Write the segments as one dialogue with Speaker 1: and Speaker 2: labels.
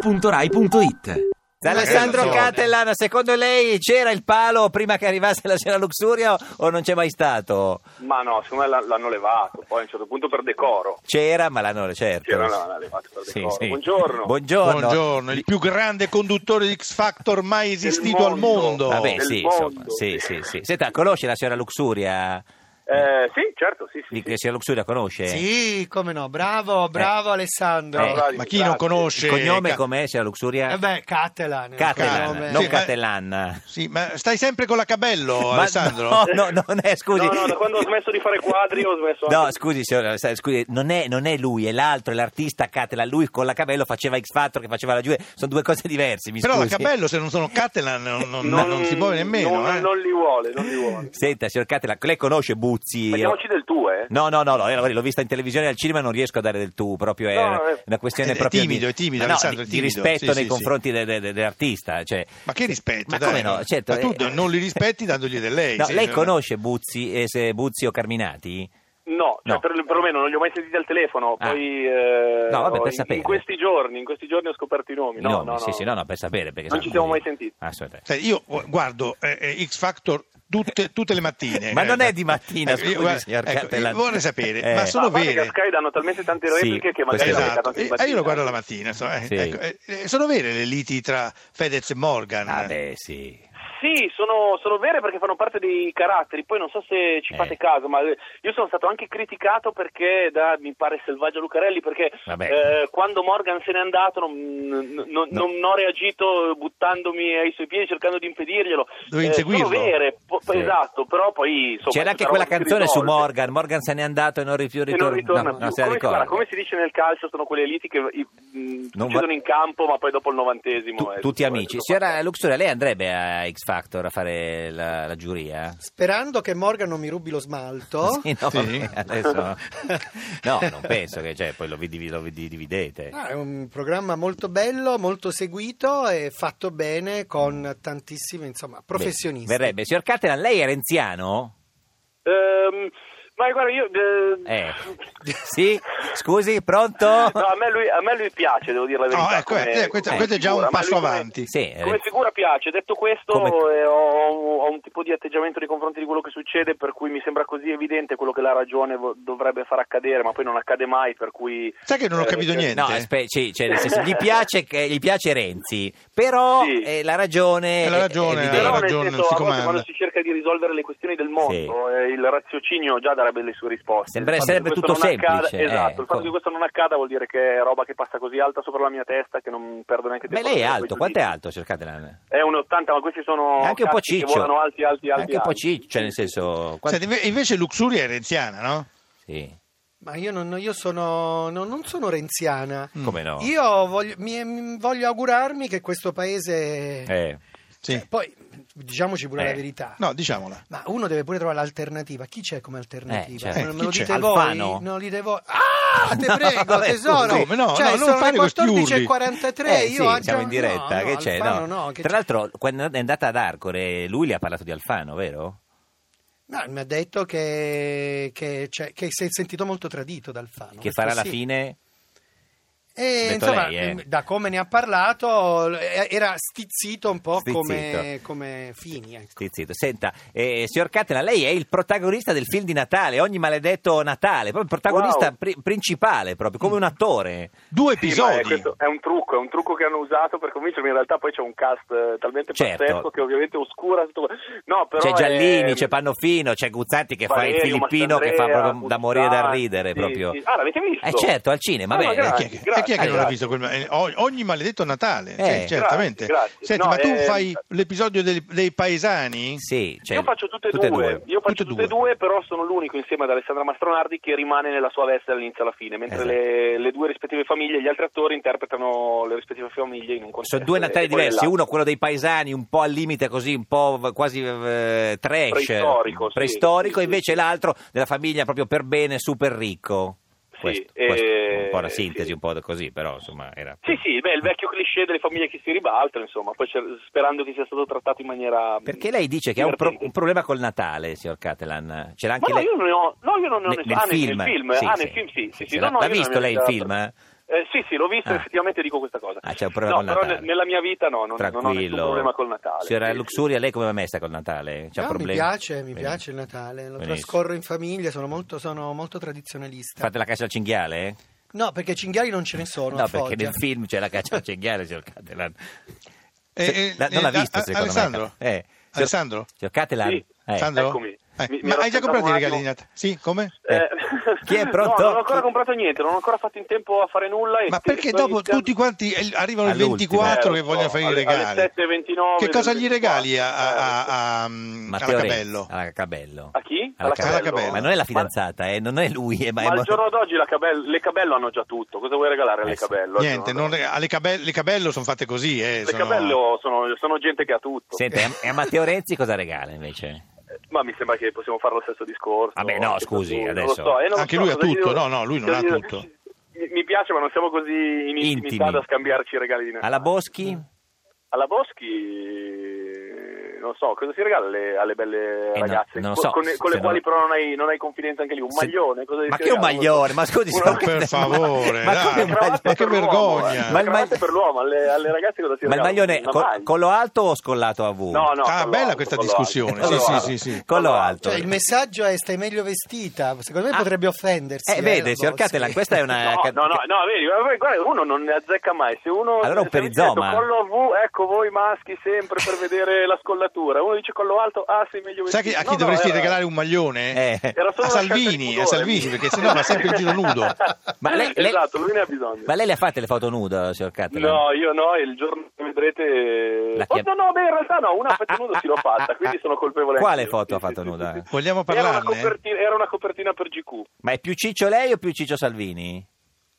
Speaker 1: radio2pod.rai.it
Speaker 2: D'Alessandro
Speaker 3: Eh,
Speaker 2: Catellana, secondo lei c'era il palo prima che arrivasse la sera Luxuria o- o non c'è mai stato?
Speaker 3: Ma no, secondo me l'ha- l'hanno levato, poi a un certo punto per decoro.
Speaker 2: C'era, ma l'hanno certo.
Speaker 3: C'era, l'hanno levato per
Speaker 2: Sì,
Speaker 3: decoro.
Speaker 2: sì.
Speaker 3: Buongiorno.
Speaker 2: Buongiorno.
Speaker 4: Buongiorno, il più grande conduttore di X Factor mai esistito al
Speaker 3: mondo.
Speaker 4: mondo.
Speaker 2: Vabbè,
Speaker 3: Del
Speaker 2: sì,
Speaker 3: mondo.
Speaker 2: insomma, sì, sì, sì. Senta, conosce la signora Luxuria?
Speaker 3: Eh, sì, certo, sì, sì.
Speaker 2: Di-
Speaker 3: sì.
Speaker 2: La signora Luxuria conosce?
Speaker 5: Sì, come no, bravo,
Speaker 2: Eh.
Speaker 5: bravo Alessandro.
Speaker 3: Bravo, bravo,
Speaker 4: Ma chi non
Speaker 3: grazie.
Speaker 4: conosce?
Speaker 2: Il cognome
Speaker 4: Ca-
Speaker 2: com'è, signora Luxuria?
Speaker 5: Eh beh, Catalan.
Speaker 2: Cattelan,
Speaker 4: Cattelan,
Speaker 2: non
Speaker 4: sì, ma-
Speaker 2: Cattelan.
Speaker 4: Sì, ma stai sempre con la Cabello,
Speaker 2: Ma
Speaker 4: Alessandro?
Speaker 2: No, no, non è, scusi.
Speaker 3: No, no, da quando ho smesso di fare quadri ho smesso
Speaker 2: No,
Speaker 3: anche-
Speaker 2: scusi, signora, sa- scusi, non è, non è lui, è l'altro, è l'artista Catalan. Lui con la Cabello faceva X Factor, che faceva la Giulia, sono due cose diverse. Mi
Speaker 4: Però la
Speaker 2: scusi.
Speaker 4: Cabello, se non sono Catalan, non, non- non si muove nemmeno.
Speaker 3: Non,
Speaker 4: eh.
Speaker 3: non li vuole, non li vuole.
Speaker 2: Senta, signor Catalan, lei conosce Buzzi?
Speaker 3: Parliamoci del tuo, eh.
Speaker 2: No, no, no, no, io l'ho vista in televisione e al cinema non riesco a dare del tu, proprio è
Speaker 3: No,
Speaker 2: una-
Speaker 3: eh.
Speaker 2: una questione
Speaker 4: È
Speaker 2: proprio
Speaker 4: timido,
Speaker 2: di,
Speaker 4: è timido,
Speaker 2: ma no,
Speaker 4: Alessandro,
Speaker 2: di,
Speaker 4: è
Speaker 2: di
Speaker 4: timido,
Speaker 2: rispetto
Speaker 4: sì,
Speaker 2: nei
Speaker 4: sì,
Speaker 2: confronti de- de- de- dell'artista, cioè.
Speaker 4: Ma che rispetto,
Speaker 2: Ma
Speaker 4: dai.
Speaker 2: come no, certo,
Speaker 4: Ma tu
Speaker 2: eh,
Speaker 4: non li rispetti dandogli del lei.
Speaker 2: No,
Speaker 4: sì,
Speaker 2: lei
Speaker 4: cioè.
Speaker 2: conosce Buzzi, eh, se- Buzzi o Carminati?
Speaker 3: No, cioè
Speaker 2: No.
Speaker 3: Per, perlomeno non li ho mai sentiti al telefono,
Speaker 2: Ah.
Speaker 3: poi eh,
Speaker 2: No, vabbè, per
Speaker 3: ho- in-
Speaker 2: sapere.
Speaker 3: in questi giorni, in questi giorni ho scoperto i nomi.
Speaker 2: I
Speaker 3: No,
Speaker 2: nomi,
Speaker 3: no, no.
Speaker 2: sì, sì, no, no, per sapere. Perché
Speaker 3: Non
Speaker 2: sa-
Speaker 3: ci siamo mai
Speaker 2: così.
Speaker 3: sentiti.
Speaker 2: Assolutamente.
Speaker 4: Sai, io eh, guardo eh, eh, X Factor tutte, tutte le mattine.
Speaker 2: Ma non è
Speaker 4: Guarda.
Speaker 2: di mattina,
Speaker 4: Ecco, io,
Speaker 2: scusi,
Speaker 4: guarda,
Speaker 2: signor
Speaker 4: ecco, io
Speaker 2: Cattelan.
Speaker 4: vorrei sapere,
Speaker 2: Eh.
Speaker 4: ma
Speaker 3: Ma
Speaker 4: sono
Speaker 3: a parte che
Speaker 4: vere?
Speaker 3: a Sky danno talmente tante
Speaker 2: Sì,
Speaker 3: repliche che
Speaker 2: questo
Speaker 3: magari
Speaker 2: è
Speaker 3: non
Speaker 2: vero.
Speaker 3: le danno
Speaker 4: Esatto,
Speaker 3: anche
Speaker 4: e
Speaker 3: in
Speaker 4: io
Speaker 3: mattina.
Speaker 4: lo guardo la mattina. so, eh,
Speaker 2: Sì.
Speaker 4: ecco, eh, eh, sono vere le liti tra Fedez e Morgan?
Speaker 2: Ah, beh, sì.
Speaker 3: Sì, sono, sono vere perché fanno parte dei caratteri, poi non so se ci
Speaker 2: Eh.
Speaker 3: fate caso, ma eh, io sono stato anche criticato perché da, mi pare Selvaggio Lucarelli, perché
Speaker 2: Vabbè.
Speaker 3: eh, quando Morgan se n'è andato non, non- non ho reagito buttandomi ai suoi piedi cercando di impedirglielo.
Speaker 4: Dovevi
Speaker 3: Eh,
Speaker 4: inseguirlo.
Speaker 3: sono vere, po-
Speaker 2: Sì.
Speaker 3: esatto, però poi... insomma,
Speaker 2: C'era anche
Speaker 3: tutta
Speaker 2: quella
Speaker 3: roba si
Speaker 2: canzone su
Speaker 3: risolve.
Speaker 2: Morgan, Morgan se n'è andato e non ri- più
Speaker 3: E non
Speaker 2: ritorna.
Speaker 3: ritorna
Speaker 2: no,
Speaker 3: più.
Speaker 2: non se la
Speaker 3: come, si,
Speaker 2: ricorda.
Speaker 3: guarda, come si dice nel calcio, sono quelle liti che i, mh,
Speaker 2: Non va-
Speaker 3: succedono in campo, ma poi dopo il novantesimo.
Speaker 2: Tu-
Speaker 3: eh,
Speaker 2: tutti
Speaker 3: tutto-
Speaker 2: amici.
Speaker 3: tutto
Speaker 2: Signora
Speaker 3: fatto.
Speaker 2: Luxuria, lei andrebbe a X Factor a fare la, la giuria?
Speaker 5: Sperando che Morgan non mi rubi lo smalto.
Speaker 2: Sì, no,
Speaker 4: Sì.
Speaker 2: adesso- no, non penso che cioè, poi lo, vi divi- lo vi dividete.
Speaker 5: Ah, è un programma molto bello, molto seguito e fatto bene con tantissimi, insomma, professionisti.
Speaker 2: Beh, verrebbe. Signor Cattelan, lei è renziano?
Speaker 3: Ehm, ma guarda, io...
Speaker 2: Eh. Sì? Scusi, pronto?
Speaker 3: No, a me, lui, a me lui piace, devo dire la verità.
Speaker 4: No, ecco,
Speaker 3: come-
Speaker 4: eh, questo,
Speaker 3: come
Speaker 4: questo è già
Speaker 3: figura,
Speaker 4: un
Speaker 3: ma
Speaker 4: passo
Speaker 3: lui come-
Speaker 4: avanti.
Speaker 2: Sì. eh,
Speaker 3: Come figura piace, detto questo
Speaker 2: Come-
Speaker 3: eh, ho, ho un tipo di atteggiamento nei confronti di quello che succede per cui mi sembra così evidente quello che la ragione vo- dovrebbe far accadere, ma poi non accade mai, per cui...
Speaker 4: Sai che non ho
Speaker 3: eh,
Speaker 4: capito
Speaker 3: cioè-
Speaker 4: niente?
Speaker 2: No, aspe- sì, cioè, nel senso, gli, piace, che- gli piace Renzi, però
Speaker 3: Sì.
Speaker 2: eh, la ragione
Speaker 4: È la ragione,
Speaker 2: evidente.
Speaker 3: Però
Speaker 4: ha
Speaker 3: nel
Speaker 4: ragione,
Speaker 3: senso,
Speaker 4: non si
Speaker 3: a volte
Speaker 4: comanda.
Speaker 3: quando si cerca di risolvere le questioni del mondo,
Speaker 2: Sì.
Speaker 3: eh, il raziocinio già darebbe le sue risposte.
Speaker 2: Sembra-
Speaker 3: Il fatto
Speaker 2: sarebbe
Speaker 3: che questo
Speaker 2: tutto
Speaker 3: non accada-
Speaker 2: semplice,
Speaker 3: esatto,
Speaker 2: eh,
Speaker 3: il fatto
Speaker 2: co-
Speaker 3: che questo non accada vuol dire che è roba che passa così alta sopra la mia testa che non perdo neanche
Speaker 2: Beh,
Speaker 3: tempo.
Speaker 2: lei è
Speaker 3: a fare
Speaker 2: alto,
Speaker 3: quei
Speaker 2: quanto è
Speaker 3: giudizi.
Speaker 2: alto, cercatela?
Speaker 3: È un 80, ma questi sono
Speaker 2: Anche un po'
Speaker 3: cazzi che
Speaker 2: ciccio.
Speaker 3: volano alti, alti, alti,
Speaker 2: Anche un po'
Speaker 3: alti.
Speaker 2: ciccio, cioè, nel senso... quanto-
Speaker 4: Senti, inve- invece Luxuria è renziana, no?
Speaker 2: Sì.
Speaker 5: Ma io, non, io sono, no, non sono renziana.
Speaker 2: Come no?
Speaker 5: Mm. Io voglio, mi- mi- voglio augurarmi che questo paese...
Speaker 2: Eh,
Speaker 4: Sì.
Speaker 5: Cioè, poi, diciamoci pure
Speaker 2: Eh.
Speaker 5: la verità.
Speaker 4: No, diciamola.
Speaker 5: Ma uno deve pure trovare l'alternativa. Chi c'è come alternativa?
Speaker 2: Eh, certo.
Speaker 5: Non me lo
Speaker 4: Chi c'è?
Speaker 5: dite voi?
Speaker 2: Alfano?
Speaker 5: Non li devo. Ah, te
Speaker 2: No,
Speaker 5: prego,
Speaker 2: vabbè,
Speaker 5: tesoro.
Speaker 2: scusi.
Speaker 4: Come no?
Speaker 5: Cioè,
Speaker 4: No, non
Speaker 5: sono
Speaker 4: fare
Speaker 5: le
Speaker 4: questi urli.
Speaker 5: 14.43.
Speaker 2: Eh,
Speaker 5: io
Speaker 2: sì,
Speaker 5: oggi-
Speaker 2: siamo in diretta,
Speaker 5: no,
Speaker 2: che c'è?
Speaker 5: Alfano,
Speaker 2: no.
Speaker 5: no,
Speaker 2: Tra
Speaker 5: che c'è?
Speaker 2: l'altro, quando è andata ad Arcore, lui le ha parlato di Alfano, vero?
Speaker 5: No, mi ha detto che, che, c'è- che si è sentito molto tradito dal Fano.
Speaker 2: che farà la
Speaker 5: Sì.
Speaker 2: fine...
Speaker 5: E,
Speaker 2: detto
Speaker 5: insomma,
Speaker 2: lei, eh.
Speaker 5: m- da come ne ha parlato, eh, era stizzito un po'
Speaker 2: Stizzito.
Speaker 5: Come, come Fini. ecco.
Speaker 2: Sì, zitto. Senta, eh, signor Catena, lei è il protagonista del film di Natale, ogni maledetto Natale, proprio il protagonista
Speaker 3: Wow. Mm.
Speaker 2: pri- principale, proprio come un attore.
Speaker 4: Due
Speaker 3: Sì, ma è,
Speaker 4: episodi.
Speaker 3: questo- è un trucco, è un trucco che hanno usato per convincermi. In realtà, poi c'è un cast eh, talmente
Speaker 2: Certo.
Speaker 3: pazzesco che ovviamente oscura. Tutto... No, però
Speaker 2: c'è Giallini,
Speaker 3: è-
Speaker 2: c'è Pannofino, c'è Guzzanti che fa il
Speaker 3: Valerio,
Speaker 2: filippino che fa
Speaker 3: Mastandrea,
Speaker 2: proprio da morire da
Speaker 3: Guzzanti,
Speaker 2: ridere.
Speaker 3: sì,
Speaker 2: proprio.
Speaker 3: sì. Ah, l'avete visto?
Speaker 2: Eh certo, al cinema,
Speaker 3: Ah,
Speaker 2: beh,
Speaker 3: ma
Speaker 4: E chi
Speaker 3: grazie.
Speaker 4: è che, e chi è che
Speaker 3: grazie,
Speaker 4: non l'ha visto
Speaker 3: grazie.
Speaker 4: quel- eh, o- Ogni maledetto Natale, sì,
Speaker 2: Eh.
Speaker 4: certamente.
Speaker 3: Grazie, grazie.
Speaker 4: Senti,
Speaker 3: No,
Speaker 4: ma tu
Speaker 3: eh,
Speaker 4: fai l'episodio dei, dei paesani?
Speaker 2: sì, c'è-
Speaker 3: io faccio tutte, e
Speaker 2: Cioè, tutte
Speaker 3: due. io faccio
Speaker 4: Tutte e
Speaker 3: tutte e due, però sono l'unico insieme ad Alessandra Mastronardi che rimane nella sua veste dall'inizio alla fine, mentre
Speaker 2: Esatto.
Speaker 3: le, le due rispettive famiglie, gli altri attori interpretano le rispettive famiglie in un contesto.
Speaker 2: Sono due Natali
Speaker 3: e poi
Speaker 2: diversi,
Speaker 3: nell'altro.
Speaker 2: uno quello dei paesani, un po' al limite così, un po' v- quasi eh, trash,
Speaker 3: Preistorico, sì.
Speaker 2: preistorico,
Speaker 3: Sì, sì.
Speaker 2: invece l'altro della famiglia proprio per bene, super ricco.
Speaker 3: Sì,
Speaker 2: Questo,
Speaker 3: eh,
Speaker 2: questo, un po' la sintesi,
Speaker 3: sì.
Speaker 2: un po' così, però insomma era...
Speaker 3: Sì, sì, beh, il vecchio cliché delle famiglie che si ribaltano, insomma, poi c'è- sperando che sia stato trattato in maniera... mm,
Speaker 2: Perché lei dice che ha un, pro-
Speaker 3: divertente.
Speaker 2: un problema col Natale, signor Catalan. C'era anche
Speaker 3: Ma no,
Speaker 2: lei...
Speaker 3: io non ne ho, no, io non ne ho
Speaker 2: Ne-
Speaker 3: nessuno.
Speaker 2: nel
Speaker 3: Ah,
Speaker 2: film.
Speaker 3: nel film,
Speaker 2: Sì,
Speaker 3: ah,
Speaker 2: sì.
Speaker 3: nel film sì. sì, sì,
Speaker 2: L'ha
Speaker 3: no, no,
Speaker 2: l'ha
Speaker 3: io non
Speaker 2: visto
Speaker 3: ne ho
Speaker 2: lei il
Speaker 3: nessuno.
Speaker 2: film?
Speaker 3: Eh, sì, sì, l'ho visto,
Speaker 2: Ah.
Speaker 3: effettivamente dico questa cosa.
Speaker 2: Ah, c'è un problema
Speaker 3: no,
Speaker 2: col
Speaker 3: però
Speaker 2: Natale.
Speaker 3: ne- nella mia vita no, non, non ho nessun
Speaker 2: Tranquillo.
Speaker 3: problema col Natale.
Speaker 2: Signora
Speaker 3: Sì, sì.
Speaker 2: Luxuria, lei come va messa col Natale? C'ha
Speaker 5: No, mi
Speaker 2: problemi?
Speaker 5: piace, mi
Speaker 2: Bene.
Speaker 5: piace il Natale, lo
Speaker 2: Benissimo.
Speaker 5: trascorro in famiglia, sono molto, sono molto tradizionalista.
Speaker 2: Fate la caccia al cinghiale? eh?
Speaker 5: No, perché cinghiali non ce ne sono.
Speaker 2: no,
Speaker 5: a
Speaker 2: perché
Speaker 5: Foggia.
Speaker 2: nel film c'è la caccia al cinghiale, signor Catalan.
Speaker 4: Eh,
Speaker 2: Se-
Speaker 4: eh,
Speaker 2: la- non l'ha
Speaker 4: eh, a-
Speaker 2: visto,
Speaker 4: a-
Speaker 2: secondo
Speaker 4: Alessandro?
Speaker 2: me. Eh, signor-
Speaker 4: Alessandro?
Speaker 2: Signor Catalan?
Speaker 3: Sì.
Speaker 2: Eh.
Speaker 4: Sandro?
Speaker 3: Eccomi.
Speaker 4: Eh,
Speaker 3: Mi- mi
Speaker 4: ma
Speaker 3: ero
Speaker 4: hai già comprato i
Speaker 3: aspettato
Speaker 4: regali
Speaker 3: un
Speaker 4: di
Speaker 3: attimo.
Speaker 4: Natale? Sì, come?
Speaker 3: Eh,
Speaker 2: Chi è pronto?
Speaker 3: No, non ho ancora comprato niente, non ho ancora fatto in tempo a fare nulla. e
Speaker 4: Ma
Speaker 3: ti-
Speaker 4: perché
Speaker 3: sto
Speaker 4: dopo
Speaker 3: iniziando-
Speaker 4: tutti quanti eh, arrivano il
Speaker 2: All'ultimo.
Speaker 4: 24
Speaker 3: Eh,
Speaker 4: che
Speaker 3: lo so,
Speaker 4: vogliono fare i
Speaker 3: alle- alle
Speaker 4: regali?
Speaker 3: 7:29
Speaker 4: Che cosa
Speaker 3: del
Speaker 4: gli regali a, a,
Speaker 3: 24?
Speaker 4: a- a- mm, alla
Speaker 2: Matteo Renzi. Ah.
Speaker 4: Cabello?
Speaker 2: Alla Cabello.
Speaker 3: A chi?
Speaker 2: Alla Cabello.
Speaker 4: Alla Cabello.
Speaker 2: Ma non è la fidanzata, eh, non è lui. eh, ma
Speaker 3: Ma
Speaker 2: è
Speaker 3: al giorno d'oggi la Cabello- le Cabello hanno già tutto. Cosa vuoi regalare alle
Speaker 2: Eh sì.
Speaker 3: Cabello? al
Speaker 4: Niente,
Speaker 3: giorno
Speaker 4: non,
Speaker 3: d'oggi?
Speaker 4: rega- alle Cabello, le Cabello sono fatte così. Eh,
Speaker 3: Le
Speaker 4: sono-
Speaker 3: Cabello sono, sono gente che ha tutto.
Speaker 2: Senta, e a- e a Matteo Renzi cosa regala invece?
Speaker 3: Eh, Ma mi sembra che possiamo fare lo stesso discorso.
Speaker 2: Vabbè, no,
Speaker 3: Anche
Speaker 2: scusi,
Speaker 3: per lui, non lo
Speaker 2: adesso-
Speaker 3: so, eh, non
Speaker 4: Anche
Speaker 3: so
Speaker 4: lui ha
Speaker 3: cosa
Speaker 4: tutto,
Speaker 3: dire.
Speaker 4: no, no, lui non ha tutto.
Speaker 3: Mi- Mi piace, ma non siamo così in intimità
Speaker 2: Intimi.
Speaker 3: da scambiarci i regali di Natale.
Speaker 2: Alla Boschi?
Speaker 3: Alla Boschi, non so, cosa si regala alle, alle belle
Speaker 2: Eh, no,
Speaker 3: ragazze?
Speaker 2: non lo
Speaker 3: Co-
Speaker 2: so,
Speaker 3: con, con le
Speaker 2: se
Speaker 3: quali
Speaker 2: no-
Speaker 3: però non hai, non hai confidenza anche lì. Un
Speaker 2: Se-
Speaker 3: maglione? Cosa
Speaker 2: Ma
Speaker 3: si
Speaker 2: che un
Speaker 3: regala?
Speaker 2: maglione? Ma scusi,
Speaker 3: Una-
Speaker 2: sono-
Speaker 4: Per favore,
Speaker 2: ma come
Speaker 4: dai. Una
Speaker 2: maglione?
Speaker 3: cravatta
Speaker 4: Ma che
Speaker 3: per
Speaker 4: vergogna.
Speaker 3: l'uomo, eh.
Speaker 2: Ma il
Speaker 3: Cravatta
Speaker 2: mag-
Speaker 3: per l'uomo, alle, alle ragazze cosa si
Speaker 2: Ma il
Speaker 3: regala?
Speaker 2: maglione
Speaker 3: Una
Speaker 2: col-
Speaker 3: maglia?
Speaker 2: collo alto o scollato a V?
Speaker 3: No, no,
Speaker 4: Ah,
Speaker 3: collo
Speaker 4: bella
Speaker 3: alto,
Speaker 4: questa
Speaker 3: collo
Speaker 4: discussione,
Speaker 3: alto,
Speaker 4: sì,
Speaker 3: collo
Speaker 4: sì,
Speaker 3: alto.
Speaker 4: sì, sì.
Speaker 2: Collo alto.
Speaker 5: Cioè, il messaggio è stai meglio vestita. Secondo me
Speaker 2: Ah.
Speaker 5: potrebbe offendersi.
Speaker 2: Eh, vede,
Speaker 5: la
Speaker 2: signor
Speaker 5: Boschi.
Speaker 2: Catalan, questa è una...
Speaker 3: No, no, no, no, vedi, guarda, guarda, uno non ne azzecca mai. Se uno
Speaker 2: Allora un
Speaker 3: se avessi detto
Speaker 2: perizoma.
Speaker 3: collo a V, ecco voi maschi sempre per vedere la scollatura. Uno dice collo alto, ah, sei meglio
Speaker 4: Sai che-
Speaker 3: vestito.
Speaker 4: a chi
Speaker 3: No, eh, no,
Speaker 4: dovresti
Speaker 3: era-
Speaker 4: regalare un
Speaker 2: Eh.
Speaker 4: maglione?
Speaker 3: era solo
Speaker 4: a
Speaker 3: una scelta di
Speaker 4: Salvini,
Speaker 3: pudore.
Speaker 4: a Salvini, perché sennò va sempre in giro nudo.
Speaker 2: Ma lei- lei-
Speaker 3: Esatto, lui ne ha bisogno.
Speaker 2: Ma lei le ha fatte le foto nude, signor Catalan?
Speaker 3: No, io no, il giorno che vedrete...
Speaker 2: La
Speaker 3: Oh,
Speaker 2: chiam-
Speaker 3: no, no, beh, in realtà no, una
Speaker 2: Ah,
Speaker 3: foto
Speaker 2: ah,
Speaker 3: nuda
Speaker 2: ah,
Speaker 3: si l'ho
Speaker 2: ah,
Speaker 3: fatta,
Speaker 2: ah,
Speaker 3: quindi
Speaker 2: ah.
Speaker 3: sono colpevole.
Speaker 2: Quale
Speaker 3: anch'io.
Speaker 2: foto ha
Speaker 3: Sì,
Speaker 2: fatto
Speaker 3: sì,
Speaker 2: nuda?
Speaker 3: sì, sì.
Speaker 4: Vogliamo
Speaker 3: Era una,
Speaker 4: parlarne?
Speaker 3: copertina, era una copertina per GQ,
Speaker 2: Ma è più Ciccio lei o più Ciccio Salvini?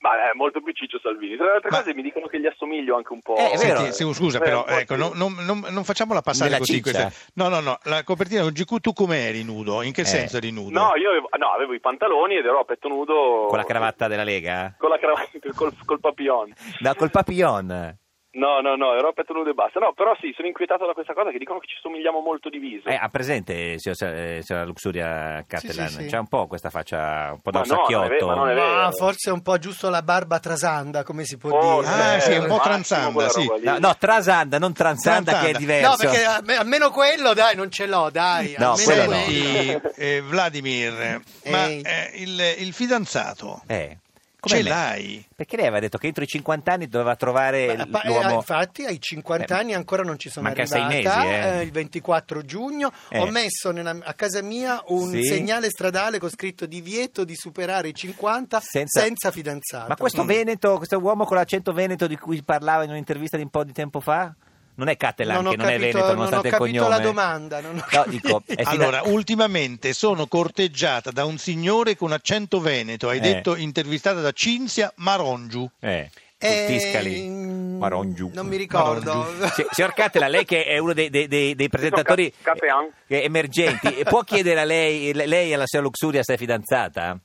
Speaker 3: ma è molto più Ciccio Salvini. Tra le altre
Speaker 4: Ma-
Speaker 3: cose mi dicono che gli assomiglio anche un po'.
Speaker 2: Eh, è vero.
Speaker 4: Senti, se- scusa,
Speaker 3: Eh,
Speaker 4: però,
Speaker 3: un po'
Speaker 4: ecco,
Speaker 3: sì.
Speaker 4: non, non- non- non facciamola passare
Speaker 2: Nella
Speaker 4: così.
Speaker 2: ciccia.
Speaker 4: questa- No, no, no, la copertina del GQ tu come eri nudo? In che
Speaker 2: Eh.
Speaker 4: senso eri nudo?
Speaker 3: No, io avevo, no, avevo i pantaloni ed ero a petto nudo.
Speaker 2: Con la cravatta della Lega?
Speaker 3: Con la cravatta, col, col papillon.
Speaker 2: No, col papillon.
Speaker 3: No, no, no, ero a petto nudo e basta. No, però sì, sono inquietato da questa cosa che dicono che ci somigliamo molto di viso.
Speaker 2: Eh, ha presente, signor, eh, signora Luxuria Catalan?
Speaker 5: Sì, sì, sì.
Speaker 2: C'è un po' questa faccia, un po' da
Speaker 3: Ma no, non è vero,
Speaker 2: sacchiotto.
Speaker 3: ma non è vero.
Speaker 5: No, forse è un po' giusto la barba trasanda, come si può
Speaker 3: Oh,
Speaker 5: dire.
Speaker 4: Ah,
Speaker 3: eh,
Speaker 4: sì, un po'
Speaker 3: massimo
Speaker 4: transanda,
Speaker 3: quella
Speaker 4: sì.
Speaker 3: roba lì.
Speaker 2: No, no, trasanda, non transanda,
Speaker 4: Transanda.
Speaker 2: che è diverso.
Speaker 5: No, perché alme- almeno quello, dai, non ce l'ho, dai.
Speaker 2: Eh, No,
Speaker 5: almeno
Speaker 2: quello no.
Speaker 4: Senti, eh, Vladimir, ma
Speaker 5: Ehi.
Speaker 4: eh, il, il fidanzato
Speaker 2: Eh, com'è
Speaker 4: ce
Speaker 2: me-
Speaker 4: l'hai?
Speaker 2: Perché lei aveva detto che entro i 50 anni doveva trovare
Speaker 5: Ma-
Speaker 2: l-
Speaker 5: ma- eh,
Speaker 2: l'uomo.
Speaker 5: infatti ai 50
Speaker 2: Eh,
Speaker 5: anni ancora non ci sono
Speaker 2: manca sei
Speaker 5: arrivata
Speaker 2: mesi, eh.
Speaker 5: il 24 giugno
Speaker 2: Eh.
Speaker 5: ho messo nella- a casa mia un
Speaker 2: Sì.
Speaker 5: segnale stradale con scritto divieto di superare i 50
Speaker 2: Senza-
Speaker 5: senza, fidanzata Mm.
Speaker 2: Ma questo Veneto, questo uomo con l'accento veneto di cui parlava in un'intervista di un po' di tempo fa? Non è Catalan
Speaker 5: Non ho
Speaker 2: che non è
Speaker 5: capito-
Speaker 2: veneto
Speaker 5: non ho
Speaker 2: nonostante il
Speaker 5: capito
Speaker 2: cognome.
Speaker 5: la domanda, non ho
Speaker 2: No,
Speaker 5: capito.
Speaker 2: dico, è fida-
Speaker 4: Allora, ultimamente sono corteggiata da un signore con accento veneto, hai
Speaker 2: Eh.
Speaker 4: detto intervistata da Cinzia Marongiu.
Speaker 2: eh,
Speaker 5: Eh,
Speaker 2: Tiscali,
Speaker 5: mm,
Speaker 2: Marongiu.
Speaker 5: non mi ricordo
Speaker 2: Sì, signor Cattelan, lei che è uno dei, dei- dei- dei presentatori
Speaker 3: Ca- Capean.
Speaker 2: eh, emergenti, e può chiedere a lei, le- lei e alla signora Luxuria se è fidanzata?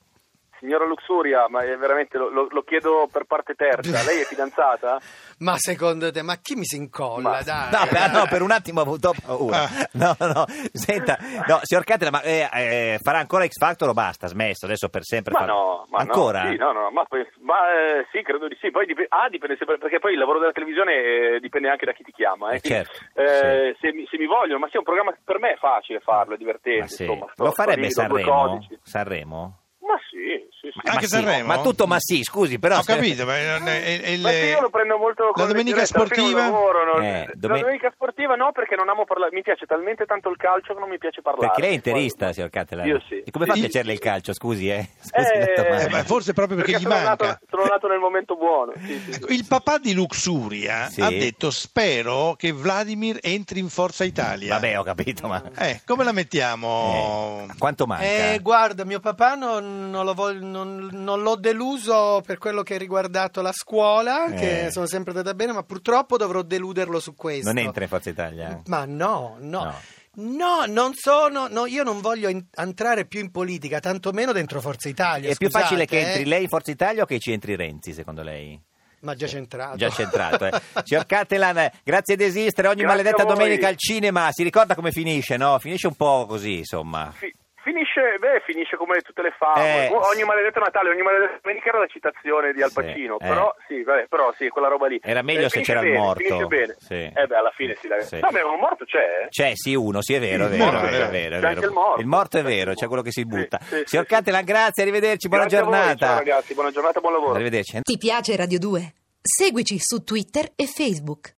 Speaker 3: Signora Luxuria, ma è veramente lo, lo- lo chiedo per parte terza. Lei è fidanzata?
Speaker 5: ma secondo te ma chi mi si incolla
Speaker 3: Ma-
Speaker 5: dai
Speaker 2: No, per,
Speaker 5: dai.
Speaker 2: no, per un attimo ho avuto paura.
Speaker 4: Ah.
Speaker 2: No, no, senta, no, signor Cattelan, ma eh, eh, farà ancora X Factor o basta? Smesso adesso per sempre?
Speaker 3: Ma
Speaker 2: farà-
Speaker 3: no, ma no.
Speaker 2: ancora?
Speaker 3: Sì, no, no, ma, poi- ma, eh, sì, credo di sì. Poi dip- ah, dipende sempre, perché poi il lavoro della televisione eh, dipende anche da chi ti chiama. eh.
Speaker 2: Eh, certo,
Speaker 3: eh, se, mi, se mi vogliono, ma sì, è un programma che per me è facile farlo, è divertente.
Speaker 2: Ma sì.
Speaker 3: insomma, sto-
Speaker 2: Lo farebbe
Speaker 3: sto lì, do due
Speaker 2: Sanremo?
Speaker 3: codici.
Speaker 2: Sanremo?
Speaker 3: Ma sì, sì, sì.
Speaker 4: Ma- Anche
Speaker 2: sì,
Speaker 4: Sanremo?
Speaker 2: ma tutto ma sì, scusi, però...
Speaker 4: Ho capito, ma non è- è- è
Speaker 3: Ma
Speaker 4: il-
Speaker 3: sì, io lo prendo molto con
Speaker 4: La
Speaker 3: le
Speaker 4: domenica
Speaker 3: dirette, alla fine è un
Speaker 4: sportiva?
Speaker 3: lavoro, non-
Speaker 2: Eh,
Speaker 3: La
Speaker 2: domen-
Speaker 3: domenica sportiva no, perché non amo parlare. Mi piace talmente tanto il calcio che non mi piace parlare.
Speaker 2: Perché lei è interista, signor Cattelan.
Speaker 3: Io sì.
Speaker 2: E come fa a
Speaker 4: Io-
Speaker 2: piacerle il calcio, scusi, eh? Scusi,
Speaker 3: Eh,
Speaker 2: dottor Mario.
Speaker 4: Eh, ma forse proprio perché, gli
Speaker 3: sono
Speaker 4: manca.
Speaker 3: Nato, sono nato nel momento buono. sì, sì, sì.
Speaker 4: Ecco, il papà di Luxuria
Speaker 2: Sì.
Speaker 4: ha detto spero che Vladimir entri in Forza Italia.
Speaker 2: Vabbè, ho capito, ma...
Speaker 4: Eh, come la mettiamo?
Speaker 2: Eh, quanto manca?
Speaker 5: Eh, guarda, mio papà non, non lo vol- non- non l'ho deluso per quello che ha riguardato la scuola,
Speaker 2: Eh.
Speaker 5: che sono sempre andata bene, ma purtroppo dovrò deluderlo su questo.
Speaker 2: non entra in Forza Italia?
Speaker 5: Ma no, no.
Speaker 2: No.
Speaker 5: No. non sono, no, io non voglio in- entrare più in politica, tantomeno dentro Forza Italia.
Speaker 2: È più
Speaker 5: scusate,
Speaker 2: facile che entri
Speaker 5: eh.
Speaker 2: lei in Forza Italia o che ci entri Renzi, secondo lei?
Speaker 5: Ma già
Speaker 3: Ah,
Speaker 5: c'entrato.
Speaker 2: Già centrato, eh. Signor Cattelan, eh, grazie di esistere. Ogni
Speaker 3: Grazie a
Speaker 2: maledetta
Speaker 3: voi.
Speaker 2: domenica al cinema si ricorda come finisce, no? Finisce un po' così, insomma.
Speaker 3: Fi- Finisce, beh, finisce come tutte le favole.
Speaker 2: Eh,
Speaker 3: O-
Speaker 2: sì.
Speaker 3: ogni maledetto Natale, ogni maledetta domenica era la citazione di Al
Speaker 2: Sì,
Speaker 3: Pacino.
Speaker 2: eh.
Speaker 3: Però, sì, vabbè, però sì, quella roba lì.
Speaker 2: Era meglio se
Speaker 3: Eh, finisce
Speaker 2: c'era il
Speaker 3: bene,
Speaker 2: morto.
Speaker 3: Finisce bene.
Speaker 2: Sì.
Speaker 3: Eh beh, alla fine sì. dai.
Speaker 2: Sì.
Speaker 3: Vabbè, un morto c'è. eh?
Speaker 2: C'è, Cioè, sì, uno, sì, è vero, è
Speaker 4: Il
Speaker 2: vero.
Speaker 4: morto,
Speaker 2: è vero,
Speaker 4: eh.
Speaker 2: è vero, è
Speaker 3: C'è anche
Speaker 2: vero.
Speaker 3: il morto.
Speaker 2: Il morto è
Speaker 3: C'è anche
Speaker 2: vero,
Speaker 3: il
Speaker 2: c'è quello che si
Speaker 3: morto.
Speaker 2: butta.
Speaker 3: Sì, sì,
Speaker 2: Signor
Speaker 3: sì,
Speaker 2: Cattelan, grazie, arrivederci, buona
Speaker 3: Grazie a voi,
Speaker 2: giornata.
Speaker 3: ciao ragazzi, buona giornata, buon lavoro.
Speaker 2: Arrivederci.
Speaker 1: Ti piace Radio 2? Seguici su Twitter e Facebook.